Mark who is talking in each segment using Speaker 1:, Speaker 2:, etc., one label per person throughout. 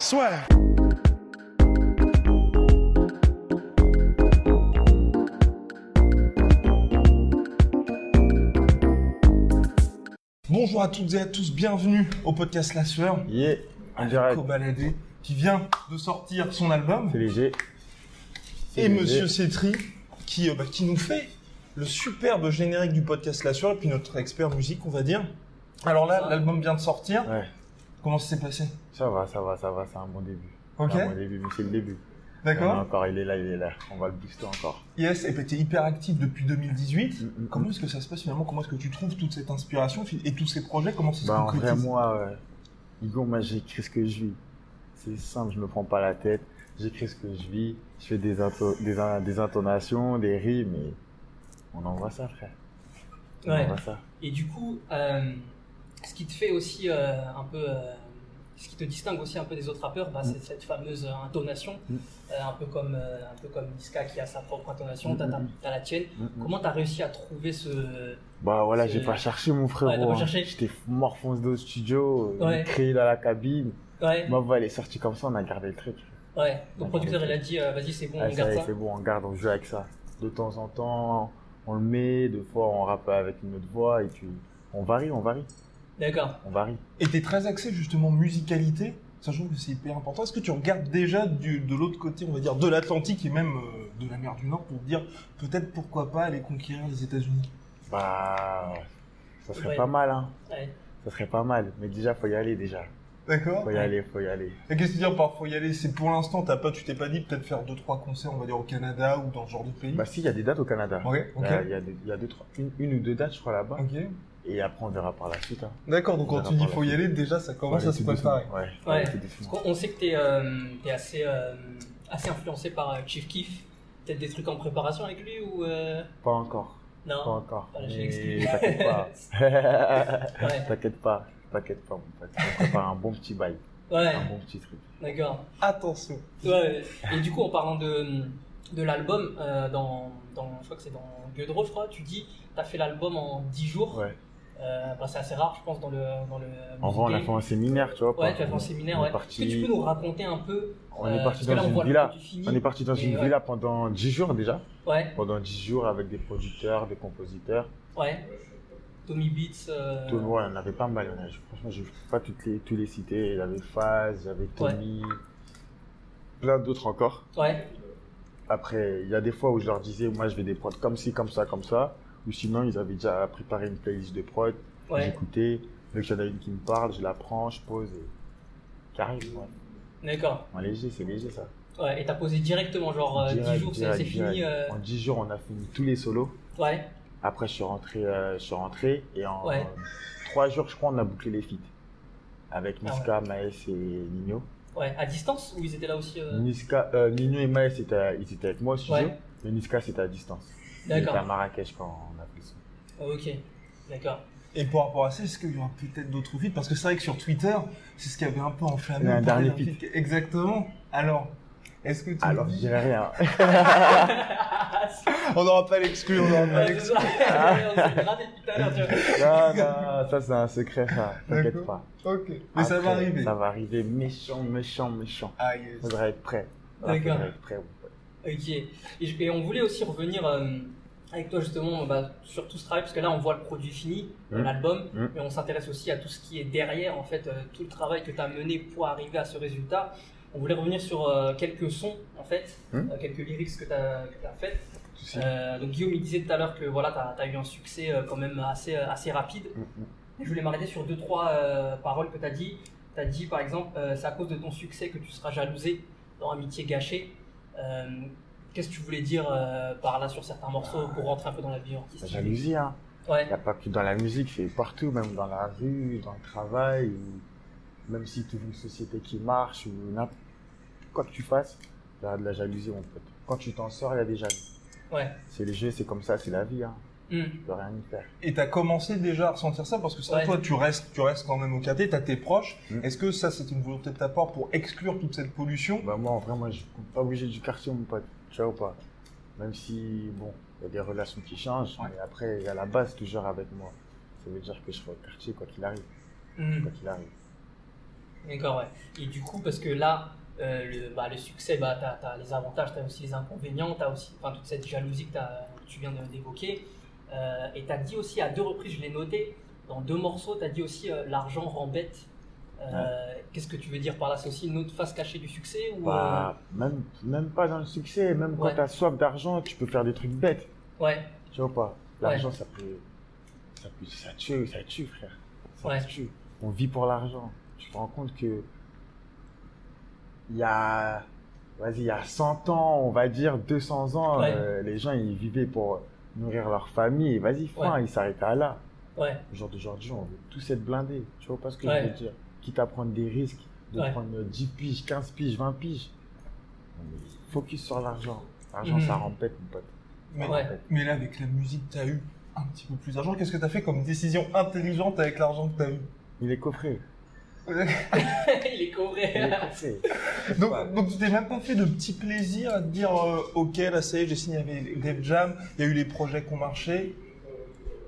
Speaker 1: Soir. Bonjour à toutes et à tous, bienvenue au podcast La Sueur.
Speaker 2: Yeah,
Speaker 1: avec
Speaker 2: direct.
Speaker 1: Kobalade, qui vient de sortir son album.
Speaker 2: C'est léger.
Speaker 1: Et Monsieur
Speaker 2: léger.
Speaker 1: Cétri, qui, euh, bah, qui nous fait le superbe générique du podcast La Sueur, et puis notre expert musique, on va dire. Alors là, l'album vient de sortir.
Speaker 2: Ouais,
Speaker 1: Comment ça s'est passé
Speaker 2: ça va, ça va, ça va, c'est un bon début.
Speaker 1: Ok.
Speaker 2: C'est un bon début, mais c'est le début. Il y en a
Speaker 1: D'accord
Speaker 2: encore, il est là, il est là. On va le booster encore.
Speaker 1: Yes, et puis t'es hyper actif depuis 2018.
Speaker 2: Mm, mm,
Speaker 1: Comment est-ce que ça se passe finalement Comment est-ce que tu trouves toute cette inspiration fi- et tous ces projets Comment ça se
Speaker 2: Bah, en
Speaker 1: concrétise
Speaker 2: vrai, moi, euh, Hugo, moi, j'écris ce que je vis. C'est simple, je me prends pas la tête. J'écris ce que je vis. Je fais des, into- des, in- des intonations, des rimes, et on envoie ça, frère. On
Speaker 3: Ouais.
Speaker 2: envoie ça.
Speaker 3: Et du coup, euh, ce qui te fait aussi euh, un peu. euh, ce qui te distingue aussi un peu des autres rappeurs, bah, c'est cette fameuse euh, intonation,
Speaker 2: Mm.
Speaker 3: euh, un peu comme euh, un peu comme Niska qui a sa propre intonation,
Speaker 2: Mm,
Speaker 3: t'as, ta-
Speaker 2: mm,
Speaker 3: t'as la tienne.
Speaker 2: Mm, mm.
Speaker 3: Comment t'as réussi à trouver ce
Speaker 2: Bah voilà,
Speaker 3: C'est-
Speaker 2: j'ai pas cherché, mon
Speaker 3: Ouais, t'as
Speaker 2: frérot.
Speaker 3: pas
Speaker 2: hein.
Speaker 3: cherché.
Speaker 2: J'étais mort fonce de studio, euh,
Speaker 3: Ouais.
Speaker 2: j'ai crié dans la cabine.
Speaker 3: ouais
Speaker 2: Ma voix, elle est sortie comme ça, on a gardé le truc.
Speaker 3: ouais ton producteur il a dit euh, vas-y c'est bon
Speaker 2: Ah,
Speaker 3: on
Speaker 2: ça
Speaker 3: garde
Speaker 2: y est,
Speaker 3: ça
Speaker 2: c'est bon, on garde, on joue avec ça. De temps en temps, on le met, deux fois on rappe avec une autre voix, et puis on varie, on varie,
Speaker 3: d'accord
Speaker 2: on varie.
Speaker 1: Et t'es très axé justement musicalité, ça je trouve que c'est hyper important. Est-ce que tu regardes déjà du- de l'autre côté, on va dire, de l'Atlantique et même euh, de la mer du Nord pour te dire peut-être pourquoi pas aller conquérir les États-Unis
Speaker 2: Bah, ça serait
Speaker 3: Ouais.
Speaker 2: pas mal, hein.
Speaker 3: ouais.
Speaker 2: Ça serait pas mal, mais déjà, faut y aller déjà.
Speaker 1: D'accord
Speaker 2: Faut y aller, faut y aller.
Speaker 1: Et qu'est-ce que tu veux dire par faut y aller C'est pour l'instant, t'as pas, tu t'es pas dit peut-être faire deux trois concerts, on va dire au Canada ou dans ce genre de pays
Speaker 2: Bah, si, il y a des dates au Canada.
Speaker 1: Ok, ok.
Speaker 2: Là, Il y a, des- il y a deux, trois- une, une ou deux dates, je crois, là-bas.
Speaker 1: Ok.
Speaker 2: Et après, on verra par la suite. Hein.
Speaker 1: D'accord, donc
Speaker 2: On
Speaker 1: quand
Speaker 2: verra
Speaker 1: tu dis
Speaker 2: par la
Speaker 1: faut y
Speaker 2: suite.
Speaker 1: aller, déjà ça
Speaker 2: Faut
Speaker 1: commence
Speaker 2: aller
Speaker 1: à se
Speaker 2: tout doucement.
Speaker 1: préparer.
Speaker 2: Ouais, faut
Speaker 3: Ouais.
Speaker 2: aller tout doucement.
Speaker 3: Parce qu'on- on sait que t'es euh, t'es assez euh, assez influencé par euh, Chief Keef peut-être des trucs en préparation avec lui ou euh,
Speaker 2: Pas encore, pas
Speaker 3: non
Speaker 2: encore.
Speaker 3: Voilà, je
Speaker 2: Mais
Speaker 3: l'explique.
Speaker 2: t'inquiète pas.
Speaker 3: Ouais.
Speaker 2: T'inquiète pas, t'inquiète pas, mon pote. On prépare un bon petit bail,
Speaker 3: ouais
Speaker 2: un bon petit truc.
Speaker 3: d'accord
Speaker 1: Attention.
Speaker 3: Ouais, et du coup, en parlant de, de l'album, euh, dans, dans, je crois que c'est dans Gueudreau, je crois, tu dis, tu as fait l'album en 10 jours.
Speaker 2: Ouais.
Speaker 3: Euh, bah, c'est assez rare, je pense, dans le. Dans le
Speaker 2: En vrai, on a
Speaker 3: music
Speaker 2: fait
Speaker 3: game.
Speaker 2: un séminaire, tu vois.
Speaker 3: Ouais,
Speaker 2: par-
Speaker 3: tu as fait un séminaire.
Speaker 2: on
Speaker 3: Ouais.
Speaker 2: Est parti,
Speaker 3: Est-ce que tu peux nous raconter un peu
Speaker 2: on est
Speaker 3: euh,
Speaker 2: parti
Speaker 3: parce que là,
Speaker 2: dans
Speaker 3: on
Speaker 2: une
Speaker 3: voit le
Speaker 2: villa.
Speaker 3: produit fini.
Speaker 2: On est parti dans
Speaker 3: mais
Speaker 2: une
Speaker 3: ouais.
Speaker 2: villa pendant 10 jours déjà.
Speaker 3: Ouais,
Speaker 2: Pendant 10 jours avec des producteurs, des compositeurs.
Speaker 3: ouais. Tommy Beats. euh,
Speaker 2: Tout le monde, on en avait pas mal. on a- je- franchement, je ne peux pas toutes les, tous les citer. Il y avait Faz, il y avait Tommy, plein d'autres encore.
Speaker 3: Ouais,
Speaker 2: Après, il y a des fois où je leur disais, moi, je vais des prods comme ci, comme ça, comme ça. Ou sinon, ils avaient déjà préparé une playlist de prods.
Speaker 3: ouais.
Speaker 2: J'écoutais. Dès qu'il y en a une qui me parle, je la prends, je pose. Et... Carrément, ouais.
Speaker 3: D'accord.
Speaker 2: Ouais, léger, c'est léger ça.
Speaker 3: Ouais, et t'as posé directement, genre euh, 10
Speaker 2: Direct,
Speaker 3: jours, c'est
Speaker 2: direct,
Speaker 3: c'est fini.
Speaker 2: direct.
Speaker 3: euh,
Speaker 2: En 10 jours, on a fini tous les solos.
Speaker 3: Ouais,
Speaker 2: Après, je suis rentré, euh, je suis rentré et en
Speaker 3: Ouais.
Speaker 2: 3 jours, je crois, on a bouclé les feats. Avec
Speaker 3: Ah ouais.
Speaker 2: Niska, Maes et Nino.
Speaker 3: ouais. À distance, ou ils étaient là aussi euh,
Speaker 2: Niska, euh, Nino et Maes, étaient, à- ils étaient avec moi au studio.
Speaker 3: Ouais.
Speaker 2: Mais Niska, c'était à distance. Il était à
Speaker 3: D'accord.
Speaker 2: Marrakech quand on a pris ça.
Speaker 3: Ok, d'accord.
Speaker 1: Et par rapport à ça, est-ce qu'il y aura peut-être d'autres feats Parce que c'est vrai que sur Twitter, c'est ce qui avait un peu enflammé.
Speaker 2: Il y a un
Speaker 1: on parlait
Speaker 2: dernier
Speaker 1: d'un feat. Exactement. Alors, est-ce que tu
Speaker 2: Alors, je
Speaker 1: dis-
Speaker 2: dirais rien.
Speaker 1: on n'aura pas l'exclu, on n'aura pas
Speaker 3: Ouais, c'est
Speaker 1: l'exclu.
Speaker 3: ça. On s'est gratté tout à l'heure, tu vois.
Speaker 2: non, non, ça, c'est un secret, ça. T'inquiète
Speaker 1: D'accord.
Speaker 2: pas.
Speaker 1: Ok. Mais ça va
Speaker 2: Après,
Speaker 1: arriver.
Speaker 2: Ah, Ça va arriver méchant, méchant, méchant.
Speaker 1: Ah yes.
Speaker 2: Faudra être prêt. Là,
Speaker 3: D'accord.
Speaker 2: Faudra être prêt. mon pote.
Speaker 3: Ok. Et, je- et on voulait aussi revenir euh, avec toi justement bah, sur tout ce travail, parce que là on voit le produit fini,
Speaker 2: Mm.
Speaker 3: l'album,
Speaker 2: Mm.
Speaker 3: mais on s'intéresse aussi à tout ce qui est derrière, en fait, euh, tout le travail que tu as mené pour arriver à ce résultat. On voulait revenir sur euh, quelques sons, en fait,
Speaker 2: Mm.
Speaker 3: euh, quelques lyrics que tu as, fait.
Speaker 2: Tu sais.
Speaker 3: Euh, donc Guillaume, il disait tout à l'heure que voilà, tu as, eu un succès euh, quand même assez, euh, assez rapide.
Speaker 2: Mm, mm.
Speaker 3: Je voulais m'arrêter sur deux, trois euh, paroles que tu as dit. Tu as dit, par exemple, euh, c'est à cause de ton succès que tu seras jalousé dans Amitié gâchée. Euh, Qu'est-ce que tu voulais dire euh, par là sur certains morceaux pour rentrer un peu dans la vie
Speaker 2: La
Speaker 3: artistique
Speaker 2: jalousie, hein.
Speaker 3: Ouais,
Speaker 2: Il n'y a pas que dans la musique, c'est partout, même dans la rue, dans le travail, ou même si tu veux une société qui marche ou n'imp- quoi que tu fasses, il y a de la jalousie mon pote. Quand tu t'en sors, il y a des jalousies.
Speaker 3: Ouais.
Speaker 2: C'est le jeu, c'est comme ça, c'est la vie. Hein.
Speaker 3: Hmm.
Speaker 2: Tu peux rien y faire.
Speaker 1: Et t'as commencé déjà à ressentir ça parce que ça,
Speaker 3: Ouais.
Speaker 1: toi, tu restes, tu restes quand même au quartier, t'as tes proches.
Speaker 2: Mm.
Speaker 1: Est-ce que ça, c'est une volonté de ta part pour exclure toute cette pollution
Speaker 2: Bah moi, en vrai, moi, je suis pas obligé du quartier, mon pote. Tu vois ou pas Même si, bon, il y a des relations qui changent,
Speaker 1: Ouais.
Speaker 2: mais après, à la base, toujours avec moi. Ça veut dire que je serai au quartier, quoi qu'il arrive.
Speaker 3: Hmm.
Speaker 2: Quoi qu'il arrive.
Speaker 3: D'accord, ouais. Et du coup, parce que là, euh, le, bah, le succès, bah, t'as, t'as les avantages, t'as aussi les inconvénients, t'as aussi enfin, toute cette jalousie que, t'as- que tu viens de- d'évoquer. Euh, et t'as dit aussi à deux reprises, je l'ai noté, dans deux morceaux, t'as dit aussi euh, l'argent rend bête. Euh, Qu'est-ce que tu veux dire par là C'est aussi une autre face cachée du succès ou,
Speaker 2: Bah, même, même pas dans le succès, même quand
Speaker 3: Ouais.
Speaker 2: tu as soif d'argent, tu peux faire des trucs bêtes.
Speaker 3: euh, Ouais,
Speaker 2: Tu vois pas L'argent, ça peut. Ça peut. Ça tue, ça tue, frère. Ça
Speaker 3: Ouais.
Speaker 2: tue. On vit pour l'argent. Tu te rends compte que. Il y a. Vas-y, il y a 100 ans, on va dire 200 ans,
Speaker 3: Ouais.
Speaker 2: euh, les gens, ils vivaient pour nourrir leur famille. Vas-y, fin, ils s'arrêtaient à là.
Speaker 3: ouais,
Speaker 2: Au jour d'aujourd'hui, on veut tous être blindés. Tu vois pas ce que
Speaker 3: Ouais.
Speaker 2: je veux dire Quitte à prendre des risques, de
Speaker 3: Ouais.
Speaker 2: prendre 10 piges, 15 piges, 20 piges. Mais Focus sur l'argent. L'argent,
Speaker 3: Mhm.
Speaker 2: ça rempête, mon pote.
Speaker 1: mais,
Speaker 3: Ouais.
Speaker 1: mais là, avec la musique, t'as eu un petit peu plus d'argent. Qu'est-ce que t'as fait comme décision intelligente avec l'argent que t'as eu
Speaker 2: Il est coffré.
Speaker 3: il est
Speaker 2: Il
Speaker 3: couvré.
Speaker 2: est coffré.
Speaker 1: Donc, donc tu t'es même pas fait de petits plaisirs à te dire euh, ok là ça y est j'ai signé avec Def Jam, il y a eu les projets qui ont marché.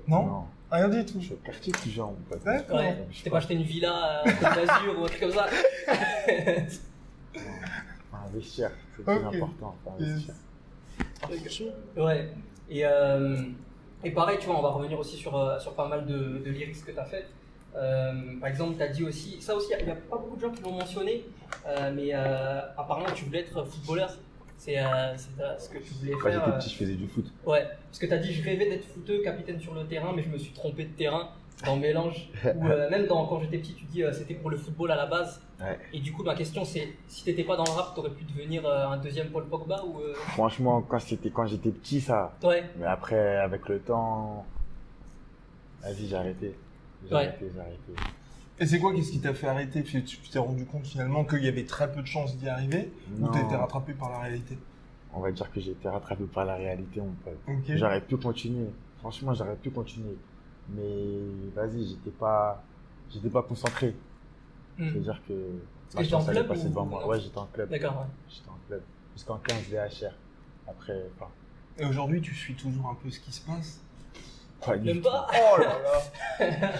Speaker 1: Non, Ah, Rien du tout.
Speaker 2: Je suis au quartier qui gère, mon pote.
Speaker 1: D'accord.
Speaker 3: Ouais.
Speaker 2: Je
Speaker 3: Tu
Speaker 2: sais
Speaker 3: t'es pas acheté une villa à Côte d'Azur ou un truc comme ça
Speaker 2: Faut Investir, c'est le plus
Speaker 1: Ok.
Speaker 2: important. faut
Speaker 1: Yes.
Speaker 2: investir.
Speaker 3: Ouais. Et, euh, et pareil, tu vois, on va revenir aussi sur, euh, sur pas mal de, de lyrics que tu as fait. Euh, par exemple, tu as dit aussi, ça aussi, il n'y a pas beaucoup de gens qui l'ont mentionné, euh, mais euh, apparemment, tu voulais être footballeur. C'est euh, c'est, euh, ce que tu voulais
Speaker 2: Quand
Speaker 3: faire.
Speaker 2: j'étais petit, je faisais du foot.
Speaker 3: euh, ouais, parce que tu as dit, je rêvais d'être footeux, capitaine sur le terrain, mais je me suis trompé de terrain dans le mélange. Ou euh, même dans, quand j'étais petit, tu dis, euh, c'était pour le football à la base.
Speaker 2: Ouais.
Speaker 3: Et du coup, ma question, c'est, si t'étais pas dans le rap, t'aurais pu devenir euh, un deuxième Paul Pogba ou... euh,
Speaker 2: Franchement, quand c'était- quand j'étais petit, ça.
Speaker 3: Ouais,
Speaker 2: Mais après, avec le temps. Vas-y, j'ai arrêté. J'ai
Speaker 3: Ouais.
Speaker 2: arrêté, j'ai arrêté.
Speaker 1: Et c'est quoi qu'est-ce qui t'a fait arrêter Puis Tu tu t'es rendu compte finalement qu'il y avait très peu de chances d'y arriver ou
Speaker 2: Non.
Speaker 1: t'as été rattrapé par la réalité
Speaker 2: On va dire que j'ai été rattrapé par la réalité, mon pote.
Speaker 1: Ok.
Speaker 2: J'aurais pu continuer. Franchement, j'aurais pu continuer. Mais vas-y, j'étais pas, j'étais pas concentré.
Speaker 3: Hmm.
Speaker 2: C'est-à-dire que
Speaker 3: Et
Speaker 2: ma
Speaker 3: t'étais en
Speaker 2: chance allait
Speaker 3: club
Speaker 2: passer
Speaker 3: ou-
Speaker 2: devant moi. Ouais, j'étais en club.
Speaker 3: d'accord, ouais.
Speaker 2: J'étais en club. Jusqu'en 15 VHR. Après, enfin,
Speaker 1: Et aujourd'hui tu suis toujours un peu ce qui se passe
Speaker 2: pas du
Speaker 3: Même
Speaker 2: tout.
Speaker 3: pas
Speaker 1: Oh là là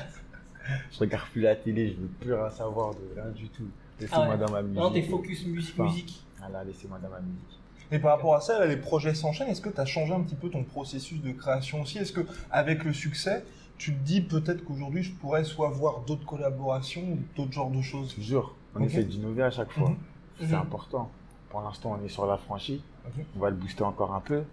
Speaker 2: Je regarde plus la télé, je veux plus rien savoir de rien du tout. Laissez-moi
Speaker 3: Ah ouais.
Speaker 2: dans ma musique.
Speaker 3: Non, t'es focus musique,
Speaker 2: Enfin.
Speaker 3: musique.
Speaker 2: Voilà, laissez-moi dans ma musique.
Speaker 1: Et par rapport à ça, là, les projets s'enchaînent. Est-ce que tu as changé un petit peu ton processus de création aussi Est-ce que, avec le succès, tu te dis peut-être qu'aujourd'hui je pourrais soit voir d'autres collaborations ou d'autres genres de choses
Speaker 2: Toujours. On
Speaker 1: Ok.
Speaker 2: essaie d'innover à chaque fois.
Speaker 1: Mhm.
Speaker 2: C'est
Speaker 3: Mhm.
Speaker 2: important. Pour l'instant, on est sur la franchise.
Speaker 1: Ok.
Speaker 2: On va le booster encore un peu.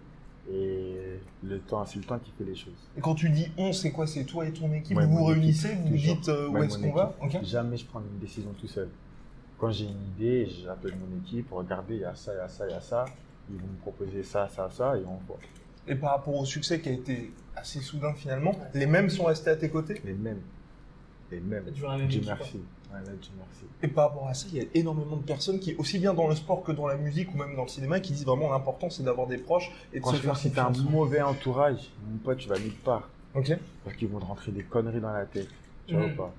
Speaker 2: Et le temps, c'est le temps qui fait les choses.
Speaker 1: Et quand tu dis on, c'est quoi C'est toi et ton équipe
Speaker 2: Ouais,
Speaker 1: Vous vous
Speaker 2: mon équipe,
Speaker 1: réunissez, vous vous
Speaker 2: toujours.
Speaker 1: dites euh, où
Speaker 2: Ouais,
Speaker 1: est-ce
Speaker 2: mon
Speaker 1: qu'on va Ok.
Speaker 2: Jamais je prends une décision tout seul. Quand j'ai une idée, j'appelle mon équipe. Regardez, il y a ça, il y a ça, il y a ça. Ils vont me proposer ça, ça, ça, et on voit.
Speaker 1: Et par rapport au succès qui a été assez soudain finalement, les mêmes sont restés à tes côtés
Speaker 2: Les mêmes. Les mêmes.
Speaker 3: T'as toujours la même
Speaker 2: Dieu
Speaker 3: équipe,
Speaker 2: merci. Ouais, là, Dieu merci.
Speaker 1: Et par rapport à ça, il y a énormément de personnes qui, aussi bien dans le sport que dans la musique ou même dans le cinéma, qui disent vraiment l'important c'est d'avoir des proches et de se
Speaker 2: Franchement,
Speaker 1: faire
Speaker 2: si t'as un
Speaker 1: confiance.
Speaker 2: mauvais entourage, mon pote, tu vas nulle part.
Speaker 1: Ok.
Speaker 2: Parce qu'ils vont te rentrer des conneries dans la tête. Tu vois
Speaker 3: Mhm.
Speaker 2: ou pas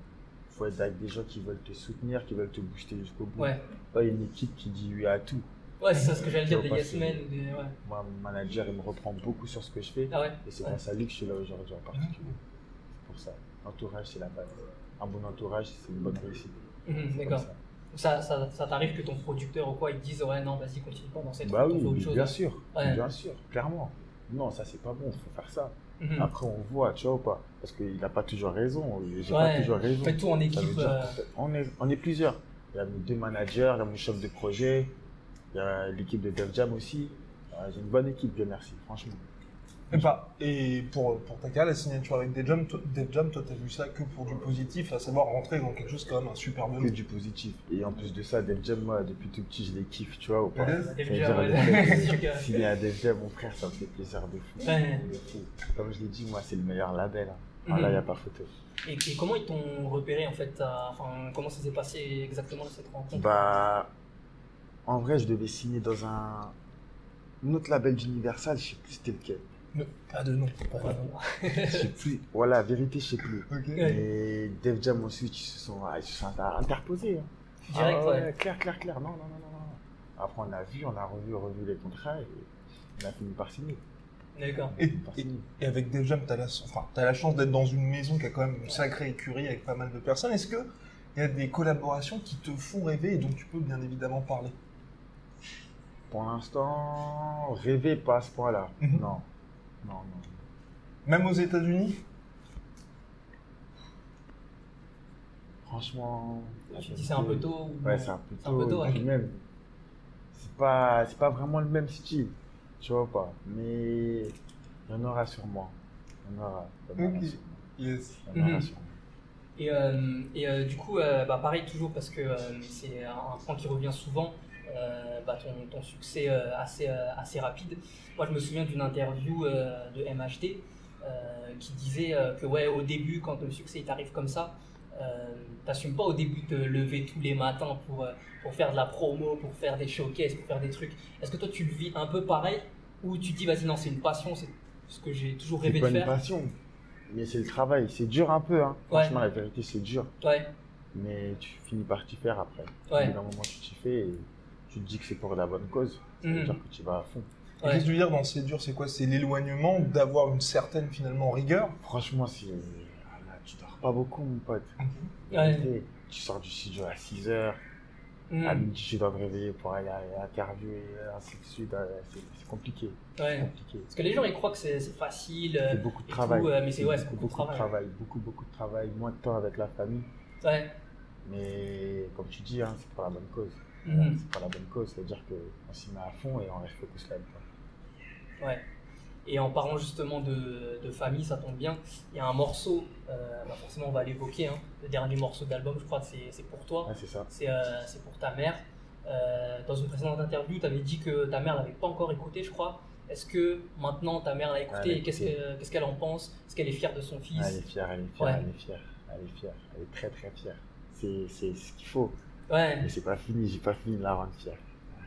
Speaker 2: Faut être avec des gens qui veulent te soutenir, qui veulent te booster jusqu'au bout.
Speaker 3: Ouais,
Speaker 2: Pas une équipe qui dit oui à tout.
Speaker 3: ouais c'est ça ce que j'allais dire, des
Speaker 2: Je vois pas
Speaker 3: yes
Speaker 2: si-
Speaker 3: men ou des... Ouais.
Speaker 2: Moi, mon manager, il me reprend beaucoup sur ce que je fais.
Speaker 3: Ah ouais
Speaker 2: Et c'est
Speaker 3: ouais.
Speaker 2: grâce à lui que je suis là aujourd'hui en particulier. C'est pour ça. L'entourage, c'est la base. Un bon entourage, c'est une bonne réussite.
Speaker 3: Mhm,
Speaker 2: C'est
Speaker 3: D'accord.
Speaker 2: comme ça.
Speaker 3: Ça, ça, ça t'arrive que ton producteur ou quoi, ils te disent ouais non vas-y continue pas dans cette
Speaker 2: Bah
Speaker 3: route, on
Speaker 2: oui,
Speaker 3: fait autre
Speaker 2: mais
Speaker 3: chose.
Speaker 2: bien sûr.
Speaker 3: Ouais.
Speaker 2: Bien sûr, clairement. Non, ça, c'est pas bon, faut faire ça.
Speaker 3: Mhm.
Speaker 2: Après, on voit, tu vois ou pas Parce qu'il n'a pas toujours raison. J'ai
Speaker 3: Ouais.
Speaker 2: pas toujours raison.
Speaker 3: Faites tout en
Speaker 2: Ça veut
Speaker 3: équipe.
Speaker 2: dire
Speaker 3: euh,
Speaker 2: qu'on fait- on, est, on est plusieurs. Il y a nos deux managers, il y a mon chef de projet, il y a l'équipe de Def Jam aussi. Euh, J'ai une bonne équipe, Dieu merci, franchement.
Speaker 1: Et, pas, et pour, pour ta carrière, la signature avec Def Jam, toi, Def Jam, toi, t'as vu ça que pour du positif, à savoir rentrer dans quelque chose quand même un super
Speaker 2: Que
Speaker 3: Hmm.
Speaker 1: bon.
Speaker 2: du positif. Et en plus de ça, Def Jam, moi, depuis tout petit, je les kiffe, tu vois, ou pas.
Speaker 1: Ouais.
Speaker 2: Ça veut
Speaker 3: Def
Speaker 2: dire,
Speaker 3: Jam, ouais.
Speaker 2: le fait
Speaker 3: C'est sûr
Speaker 2: que
Speaker 3: que-
Speaker 2: S'il est à Def Jam, mon frère, ça me fait plaisir de fou.
Speaker 3: Ouais.
Speaker 2: De fou. Comme je l'ai dit, moi, c'est le meilleur label. hein. Ah,
Speaker 3: Mhm.
Speaker 2: Là, il n'y a pas photo.
Speaker 3: Et, et comment ils t'ont repéré en fait à- Enfin, comment ça s'est passé exactement cette rencontre
Speaker 2: Bah, en vrai, je devais signer dans un, un autre label d'Universal, je sais plus c'était lequel.
Speaker 1: Pas de nom.
Speaker 3: Ouais.
Speaker 2: Je sais plus. Voilà, vérité, je sais plus.
Speaker 1: Ok.
Speaker 3: Ouais.
Speaker 2: Et Def Jam ensuite, ils se sont, ah, ils se sont interposés. hein.
Speaker 3: Direct,
Speaker 2: Ah
Speaker 3: ouais.
Speaker 2: Clair, clair, clair. Non, non, non, non, non. Après, on a vu, on a revu, revu les contrats et on a fini par signer.
Speaker 3: D'accord.
Speaker 2: On a fini par signer.
Speaker 1: Et avec Def Jam, t'as la, enfin, t'as la chance d'être dans une maison qui a quand même une sacrée écurie avec pas mal de personnes. Est-ce que il y a des collaborations qui te font rêver et dont tu peux bien évidemment parler
Speaker 2: Pour l'instant, rêver pas à ce point-là.
Speaker 1: Mhm.
Speaker 2: Non. Non, non.
Speaker 1: Même aux États-Unis
Speaker 2: Franchement.
Speaker 3: Tu dis c'est un peu tôt ou-
Speaker 2: Ouais, c'est un peu
Speaker 3: C'est un peu
Speaker 2: tôt.
Speaker 3: tôt,
Speaker 2: et puis
Speaker 3: ouais.
Speaker 2: même, c'est pas, c'est pas vraiment le même style, tu vois pas. Mais il y en aura sûrement. Il y en aura. Il y en aura
Speaker 1: Ok.
Speaker 2: sûrement.
Speaker 1: Yes.
Speaker 2: Il y en aura
Speaker 3: Mhm.
Speaker 2: sûrement.
Speaker 3: Et, euh, et, euh, du coup, euh, bah, pareil, toujours parce que euh, c'est un, un point qui revient souvent, euh, bah, ton, ton succès euh, assez, euh, assez rapide. Moi, je me souviens d'une interview euh, de MHD euh, qui disait euh, que, ouais, au début, quand le succès il t'arrive comme ça, euh, t'assumes pas au début de lever tous les matins pour, euh, pour faire de la promo, pour faire des showcases, pour faire des trucs. Est-ce que toi, tu le vis un peu pareil ou tu te dis, vas-y, non, c'est une passion, c'est ce que j'ai toujours
Speaker 2: C'est
Speaker 3: rêvé
Speaker 2: pas
Speaker 3: de
Speaker 2: une
Speaker 3: faire
Speaker 2: passion, mais c'est le travail. C'est dur un peu, hein.
Speaker 3: Ouais.
Speaker 2: Franchement, la vérité, c'est dur.
Speaker 3: Ouais,
Speaker 2: Mais tu finis par t'y faire après. Au bout
Speaker 3: ouais.
Speaker 2: d'un moment, tu t'y fais et tu te dis que c'est pour la bonne cause. Ça
Speaker 3: Mhm.
Speaker 2: veut dire que tu vas à fond.
Speaker 1: Et
Speaker 3: Ouais.
Speaker 1: Qu'est-ce que tu veux dire dans c'est dur C'est quoi C'est l'éloignement d'avoir une certaine finalement rigueur.
Speaker 2: Franchement, c'est. ah là, tu dors pas beaucoup, mon pote.
Speaker 3: Ouais.
Speaker 2: Vérité. Tu sors du studio à 6 heures.
Speaker 3: Mhm.
Speaker 2: À midi, Ah, tu dois me réveiller pour aller à- à interviewer, ainsi de suite. euh, C'est c'est compliqué. C'est
Speaker 3: Ouais.
Speaker 2: compliqué.
Speaker 3: Parce que les gens ils croient que c'est c'est facile. euh,
Speaker 2: C'est beaucoup de
Speaker 3: et
Speaker 2: travail.
Speaker 3: tout, euh, mais c'est ouais, c'est beaucoup, de travail.
Speaker 2: Beaucoup, beaucoup de travail. Moins de temps avec la famille.
Speaker 3: Ouais.
Speaker 2: Mais comme tu dis, hein, c'est pour la bonne cause.
Speaker 3: Mhm.
Speaker 2: C'est pour la bonne cause. C'est-à-dire qu'on s'y met à fond et on reste focus là-dedans.
Speaker 3: Ouais. Et en parlant justement de, de famille, ça tombe bien. Il y a un morceau, euh, bah forcément on va l'évoquer. hein. Le dernier morceau d'album, je crois que c'est c'est pour toi.
Speaker 2: Ouais, c'est ça.
Speaker 3: C'est euh, c'est pour ta mère. Euh, dans une précédente interview, tu avais dit que ta mère l'avait pas encore écouté, je crois. Est-ce que maintenant ta mère l'a écouté
Speaker 2: Elle l'a
Speaker 3: et qu'est-ce
Speaker 2: écouté.
Speaker 3: que- qu'est-ce qu'elle en pense Est-ce qu'elle est fière de son fils
Speaker 2: Elle est fière, elle est fière,
Speaker 3: Ouais.
Speaker 2: elle est fière. Elle est fière. Elle est très, très fière. C'est c'est ce qu'il faut.
Speaker 3: Ouais,
Speaker 2: Mais c'est pas fini. J'ai pas fini de la rendre fière.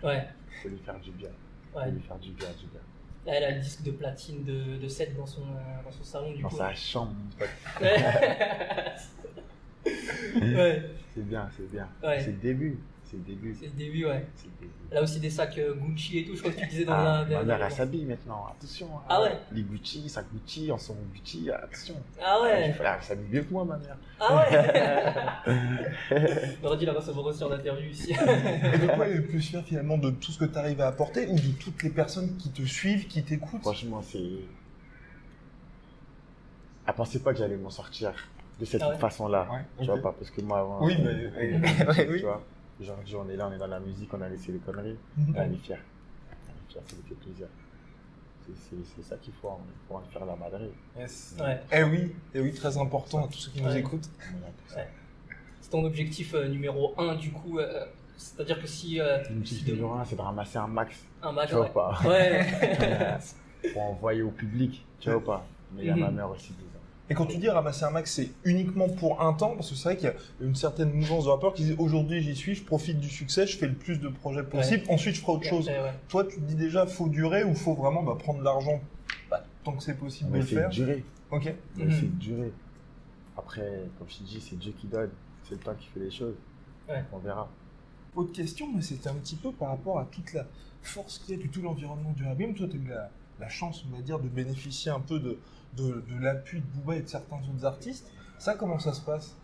Speaker 3: ouais,
Speaker 2: Faut lui faire du bien. Faut
Speaker 3: ouais.
Speaker 2: lui faire du bien, du bien.
Speaker 3: Là, elle a le disque de platine de, de 7 dans son, euh, dans son salon du
Speaker 2: Dans
Speaker 3: coup.
Speaker 2: sa chambre, mon pote.
Speaker 3: ouais,
Speaker 2: C'est bien, c'est bien.
Speaker 3: Ouais.
Speaker 2: C'est le début. C'est le début.
Speaker 3: c'est le début, ouais.
Speaker 2: C'est le début.
Speaker 3: Elle a aussi des sacs euh, Gucci et tout, je crois que tu disais dans
Speaker 2: Ah,
Speaker 3: un.
Speaker 2: ma mère,
Speaker 3: dans-
Speaker 2: elle s'habille maintenant. Attention. hein.
Speaker 3: Ah ouais
Speaker 2: Les Gucci, ça Gucci, en son Gucci. Attention.
Speaker 3: Ah
Speaker 2: Elle
Speaker 3: ouais
Speaker 2: fait- Elle s'habille mieux que moi, ma mère.
Speaker 3: Ah ouais On aurait dû la recevoir aussi en interview ici.
Speaker 1: Et de quoi elle est plus fière finalement de tout ce que tu arrives à apporter ou de toutes les personnes qui te suivent, qui t'écoutent
Speaker 2: Franchement, c'est. Elle pensait pas que j'allais m'en sortir de cette
Speaker 3: Ah ouais
Speaker 2: façon-là.
Speaker 1: Ouais,
Speaker 2: Tu
Speaker 1: ok.
Speaker 2: vois pas, parce que moi, avant.
Speaker 1: Oui,
Speaker 2: on-
Speaker 1: mais-
Speaker 2: on-
Speaker 1: ouais,
Speaker 2: on-
Speaker 1: ouais,
Speaker 2: tu
Speaker 1: oui.
Speaker 2: vois, aujourd'hui, on est là, on est dans la musique, on a laissé les conneries.
Speaker 1: Mhm.
Speaker 2: Elle est fière. Elle est fière, ça lui fait plaisir. C'est- C'est c'est ça qu'il faut, hein. il faut en faire la madrée.
Speaker 1: Yes.
Speaker 3: Ouais.
Speaker 1: Eh oui, eh oui, très important à tous ceux qui nous
Speaker 3: Ouais.
Speaker 1: écoutent.
Speaker 2: On est là pour ça.
Speaker 3: Ouais. C'est ton objectif euh, numéro 1 du coup. euh, C'est-à-dire que si euh,
Speaker 2: Mon petit numéro un, c'est de ramasser un max,
Speaker 3: un match.
Speaker 2: tu vois
Speaker 3: Ouais.
Speaker 2: pas.
Speaker 3: ouais.
Speaker 2: pour envoyer au public, tu vois pas. Mais il y a
Speaker 3: Mhm.
Speaker 2: ma mère aussi dedans.
Speaker 1: Et quand tu dis ramasser un max, c'est uniquement pour un temps, parce que c'est vrai qu'il y a une certaine mouvance de rappeurs qui disent aujourd'hui j'y suis, je profite du succès, je fais le plus de projets possible, ensuite je ferai autre chose.
Speaker 3: Ouais, ouais.
Speaker 1: Toi, tu te dis déjà, faut durer ou faut vraiment bah, prendre l'argent bah, tant que c'est possible
Speaker 2: On
Speaker 1: de le
Speaker 2: essaie de
Speaker 1: faire.
Speaker 2: durer,
Speaker 1: Ok.
Speaker 2: on
Speaker 3: Mhm.
Speaker 2: essaie de durer. Après, comme je te dis, c'est Dieu qui donne, c'est le temps qui fait les choses.
Speaker 3: Ouais.
Speaker 2: On verra.
Speaker 1: Autre question, mais c'était un petit peu par rapport à toute la force qu'il y a du tout l'environnement du Rabim. Toi, tu as eu la, la chance, on va dire, de bénéficier un peu de, de, de l'appui de Booba et de certains autres artistes. Ça, comment ça se passe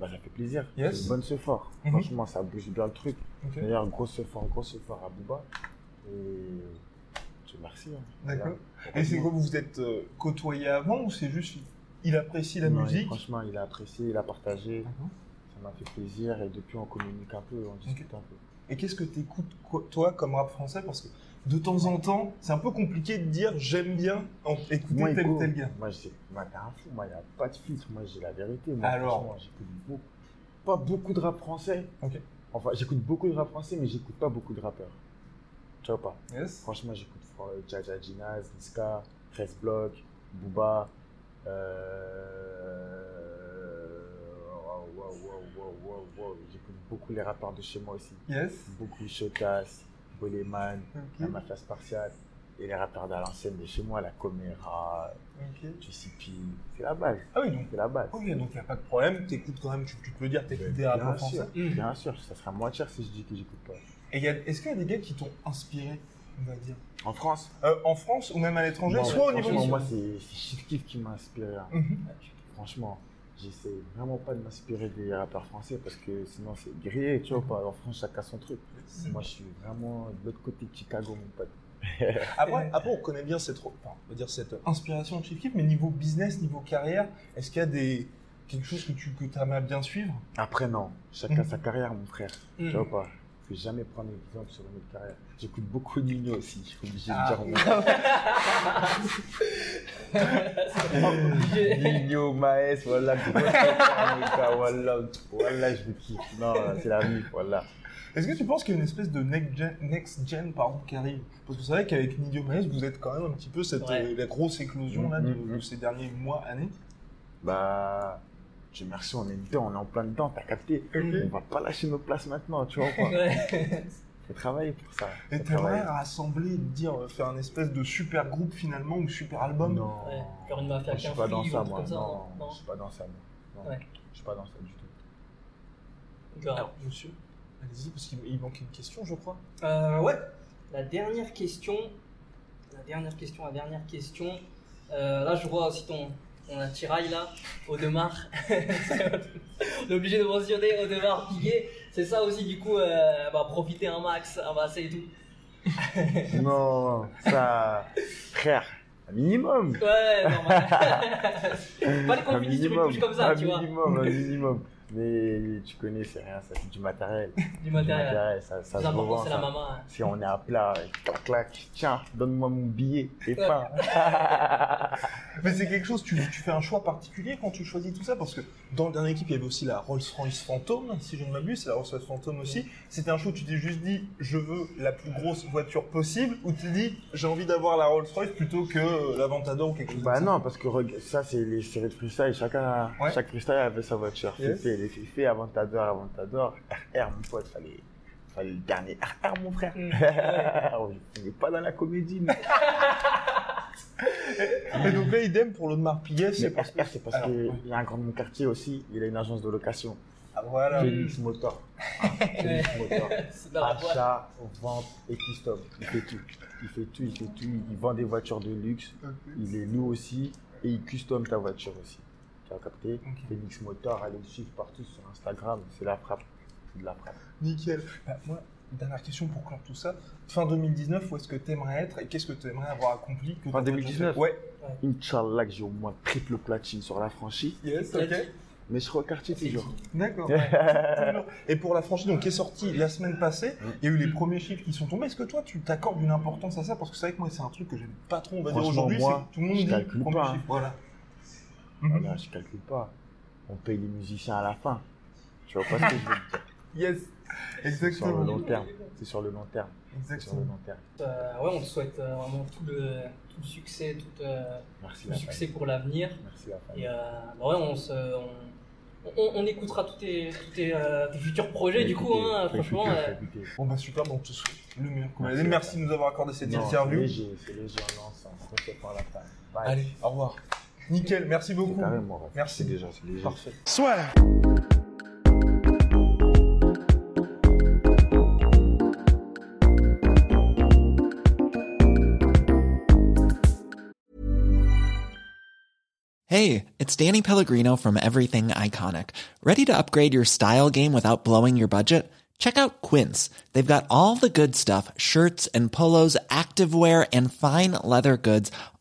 Speaker 2: Bah, ça fait plaisir.
Speaker 1: Yes.
Speaker 2: C'est une bonne ce fort.
Speaker 1: Mhm.
Speaker 2: Franchement, ça bouge bien le truc.
Speaker 3: Mhm.
Speaker 1: Ok.
Speaker 2: D'ailleurs, gros ce fort, gros ce fort à Bouba. Et je te remercie. hein.
Speaker 1: D'accord.
Speaker 2: Voilà.
Speaker 1: Et c'est quoi, vous vous êtes euh, côtoyé avant ou c'est juste il apprécie la
Speaker 2: Non, et
Speaker 1: musique
Speaker 2: Franchement, il a apprécié, il a partagé.
Speaker 3: Ah
Speaker 1: D'accord.
Speaker 2: Ça m'a fait plaisir. Et depuis, on communique un peu, on discute un peu.
Speaker 1: Et qu'est-ce que t'écoutes quoi, toi comme rap français Parce que de temps en temps, c'est un peu compliqué de dire j'aime bien en- écouter
Speaker 2: Moi,
Speaker 1: tel ou
Speaker 2: écoute,
Speaker 1: tel gars.
Speaker 2: Moi, j'ai, moi, t'as un fou, moi, y a pas de filtre, moi, j'ai la vérité. Moi,
Speaker 1: Alors.
Speaker 2: franchement, j'écoute beaucoup, pas beaucoup de rap français.
Speaker 1: Ok.
Speaker 2: Enfin, j'écoute beaucoup de rap français, mais j'écoute pas beaucoup de rappeurs. Tu vois pas.
Speaker 1: Yes.
Speaker 2: Franchement, j'écoute euh, Jaja Ginaz, Niska, Press Block, Booba, euh, waouh, waouh, waouh, waouh, waouh. J'écoute beaucoup les rappeurs de chez moi aussi.
Speaker 1: Yes.
Speaker 2: Beaucoup Chotas, Boleman, la
Speaker 1: Ok.
Speaker 2: mafia spartiate. Et les rappeurs d'ancienne de chez moi, la Coméra,
Speaker 1: Ok.
Speaker 2: JCP. C'est la base.
Speaker 1: Ah oui, donc.
Speaker 2: C'est la base.
Speaker 1: Ok, donc il n'y a pas de problème, t'écoutes quand même, tu, tu peux dire, t'écoutes des
Speaker 2: Bien
Speaker 1: rappeurs
Speaker 2: sûr,
Speaker 1: français.
Speaker 3: Mm.
Speaker 2: bien sûr, ça sera moins cher si je dis que j'écoute pas.
Speaker 1: Et il y a- est-ce qu'il y a des gars qui t'ont inspiré, on va dire
Speaker 2: En France,
Speaker 1: Euh, En France ou même à l'étranger,
Speaker 2: moi,
Speaker 1: soit au niveau
Speaker 2: franchement,
Speaker 1: du-
Speaker 2: moi, c'est c'est Shit Kiff qui m'a inspiré. hein.
Speaker 1: Mhm.
Speaker 2: Franchement, j'essaie vraiment pas de m'inspirer des rappeurs français parce que sinon c'est grillé, tu vois. pas. En France, chacun son truc.
Speaker 1: Mm.
Speaker 2: Moi, je suis vraiment de l'autre côté de Chicago, mon pote.
Speaker 1: Après, après, on connaît bien cette, enfin, on va dire cette inspiration de Chief Keef, mais niveau business, niveau carrière, est-ce qu'il y a des, quelque chose que tu que aimerais bien suivre
Speaker 2: Après, non, chacun
Speaker 1: Mhm.
Speaker 2: sa carrière, mon frère.
Speaker 3: Mm.
Speaker 2: Tu vois pas. Je ne jamais prendre exemple sur une autre carrière. J'écoute beaucoup Nino aussi, je suis obligé
Speaker 1: Ah.
Speaker 2: de dire. mon- Nino, Maes, voilà, tu vois, voilà, voilà, je le kiffe. Non, c'est la vie, voilà.
Speaker 1: Est-ce que tu penses qu'il y a une espèce de next gen, next gen, pardon, qui arrive Parce que c'est vrai qu'avec Nidio Maes, vous êtes quand même un petit peu cette
Speaker 3: Ouais.
Speaker 1: euh, la grosse éclosion là, de,
Speaker 2: Mhm.
Speaker 1: de ces derniers mois, années.
Speaker 2: Bah, je merci, on est dedans, on est en plein dedans, t'as capté. On va pas lâcher nos places maintenant, tu vois quoi.
Speaker 3: Ouais.
Speaker 2: Faut travailler pour ça.
Speaker 1: Et
Speaker 2: Faut
Speaker 1: t'aimerais
Speaker 2: travailler.
Speaker 1: rassembler, dire, euh, faire un espèce de super groupe finalement ou super album
Speaker 2: Non.
Speaker 3: Ouais, faire une mafia
Speaker 2: je suis
Speaker 3: avec
Speaker 2: pas
Speaker 3: un
Speaker 2: dans
Speaker 3: flic
Speaker 2: ça,
Speaker 3: ou un truc
Speaker 2: moi.
Speaker 3: comme ça,
Speaker 2: Non,
Speaker 3: non.
Speaker 2: je suis pas dans ça, moi. Non,
Speaker 3: Ouais.
Speaker 2: Je suis pas dans ça du tout.
Speaker 3: Grave.
Speaker 1: Alors, monsieur, allez-y, parce qu'il il manque une question, je crois.
Speaker 3: Euh, ouais. La dernière question. La dernière question, la dernière question. Euh, là, je vois aussi ton, ton attirail là, Audemars. On est obligé de mentionner Audemars Piguet. C'est ça aussi, du coup, euh, bah, profiter un max, amasser et tout.
Speaker 2: Non, ça. Frère, un minimum.
Speaker 3: Ouais, normal. Pas les
Speaker 2: Un
Speaker 3: confinis sur une
Speaker 2: minimum.
Speaker 3: couche comme ça,
Speaker 2: un
Speaker 3: tu vois.
Speaker 2: minimum, un minimum. Mais tu connais, c'est rien, ça, c'est du matériel.
Speaker 3: Du
Speaker 2: Du
Speaker 3: matériel.
Speaker 2: matériel, ça, ça
Speaker 3: Le
Speaker 2: se
Speaker 3: plus important,
Speaker 2: revend.
Speaker 3: c'est la
Speaker 2: ça.
Speaker 3: maman. hein.
Speaker 2: Si on est à plat, clac, clac, tiens, donne-moi mon billet et pas.
Speaker 1: Mais c'est quelque chose, tu, tu fais un choix particulier quand tu choisis tout ça, parce que dans la dernière équipe, il y avait aussi la Rolls-Royce Phantom, si je ne m'abuse, c'est la Rolls-Royce Phantom aussi. C'était un choix où tu t'es juste dit, je veux la plus grosse voiture possible, ou tu t'es dit, j'ai envie d'avoir la Rolls-Royce plutôt que l'Aventador ou quelque chose
Speaker 2: Bah
Speaker 1: comme
Speaker 2: non, parce que reg- ça, c'est les séries de freestyle. Chacun,
Speaker 1: Ouais.
Speaker 2: Chaque freestyle avait sa voiture.
Speaker 1: Yes.
Speaker 2: C'était les Fifi, Aventador, Aventador, RR, mon pote. Fallait, fallait le dernier RR, mon frère.
Speaker 3: Mm.
Speaker 2: On n'est pas dans la comédie. nous.
Speaker 1: ça. Et donc là, idem pour l'Audemars Piguet,
Speaker 2: Mais
Speaker 1: c'est parce que...
Speaker 2: RR, c'est parce
Speaker 1: Alors,
Speaker 2: qu'il
Speaker 1: ouais.
Speaker 2: y a un grand de mon quartier aussi. Il a une agence de location.
Speaker 1: Ah, voilà.
Speaker 2: Phoenix Motor. Phoenix Motor.
Speaker 3: C'est
Speaker 2: Ah,
Speaker 3: dans la boîte.
Speaker 2: Achat, vente et stop Il fait tout. Il fait tout, il fait tout. Il vend des voitures de luxe. Il les loue aussi et il custom ta voiture aussi. Tu as capté Phoenix Motor, allez le suivre partout sur Instagram. C'est la frappe. C'est de la frappe.
Speaker 1: Nickel. Bah, moi, dernière question pour clore tout ça. Fin 2019, où est-ce que t'aimerais être et qu'est-ce que t'aimerais avoir accompli que
Speaker 2: Fin
Speaker 1: t'aurais déjà
Speaker 2: 2019?
Speaker 1: fait Ouais.
Speaker 2: Inch'Allah que j'ai au moins triple platine sur la franchise.
Speaker 1: Yes,
Speaker 3: T'as
Speaker 1: ok.
Speaker 3: dit-
Speaker 2: Mais je serai au quartier toujours.
Speaker 1: D'accord. Et pour la franchise donc, qui est sortie la semaine passée, il y a eu les premiers chiffres qui sont tombés. Est-ce que toi, tu t'accordes une importance à ça Parce que c'est vrai que moi, c'est un truc que j'aime pas trop, on va dire
Speaker 2: Franchement,
Speaker 1: aujourd'hui.
Speaker 2: moi,
Speaker 1: c'est que tout le monde
Speaker 2: je
Speaker 1: dit
Speaker 2: calcule
Speaker 1: premier
Speaker 2: pas, hein. Ah,
Speaker 1: chiffre, Voilà. Mhm.
Speaker 2: Voilà, je calcule pas. On paye les musiciens à la fin. Tu vois pas ce que je veux te dire.
Speaker 1: Yes,
Speaker 2: C'est sur le long
Speaker 1: exactement.
Speaker 2: terme. C'est sur le long terme. C'est sur
Speaker 1: Exactement.
Speaker 2: le long terme.
Speaker 3: Euh, ouais, on te souhaite euh, vraiment tout le, tout le succès, tout, euh,
Speaker 2: Merci
Speaker 3: tout le
Speaker 2: la
Speaker 3: succès
Speaker 2: famille.
Speaker 3: pour l'avenir.
Speaker 2: Merci la famille.
Speaker 3: Et euh, bah ouais, on, se, on, on- on écoutera tous tes, tous tes, euh, tes futurs projets, du coup,
Speaker 2: Écoutez,
Speaker 3: hein,
Speaker 2: faut
Speaker 3: franchement.
Speaker 2: écouter,
Speaker 3: euh,
Speaker 2: faut écouter.
Speaker 1: Bon, bah super, bon, te souhaite le meilleur. qu'on
Speaker 2: Merci.
Speaker 1: ait. Merci de nous avoir accordé cette
Speaker 2: Non,
Speaker 1: interview.
Speaker 2: C'est léger, c'est léger, non, c'est un procès par la fin. Bye.
Speaker 1: Allez, au revoir. Nickel, merci beaucoup.
Speaker 2: Carrément, ouais.
Speaker 1: Merci.
Speaker 2: C'est déjà, c'est léger.
Speaker 1: Parfait.
Speaker 4: Hey, it's Danny Pellegrino from Everything Iconic. Ready to upgrade your style game without blowing your budget? Check out Quince. They've got all the good stuff, shirts and polos, activewear and fine leather goods,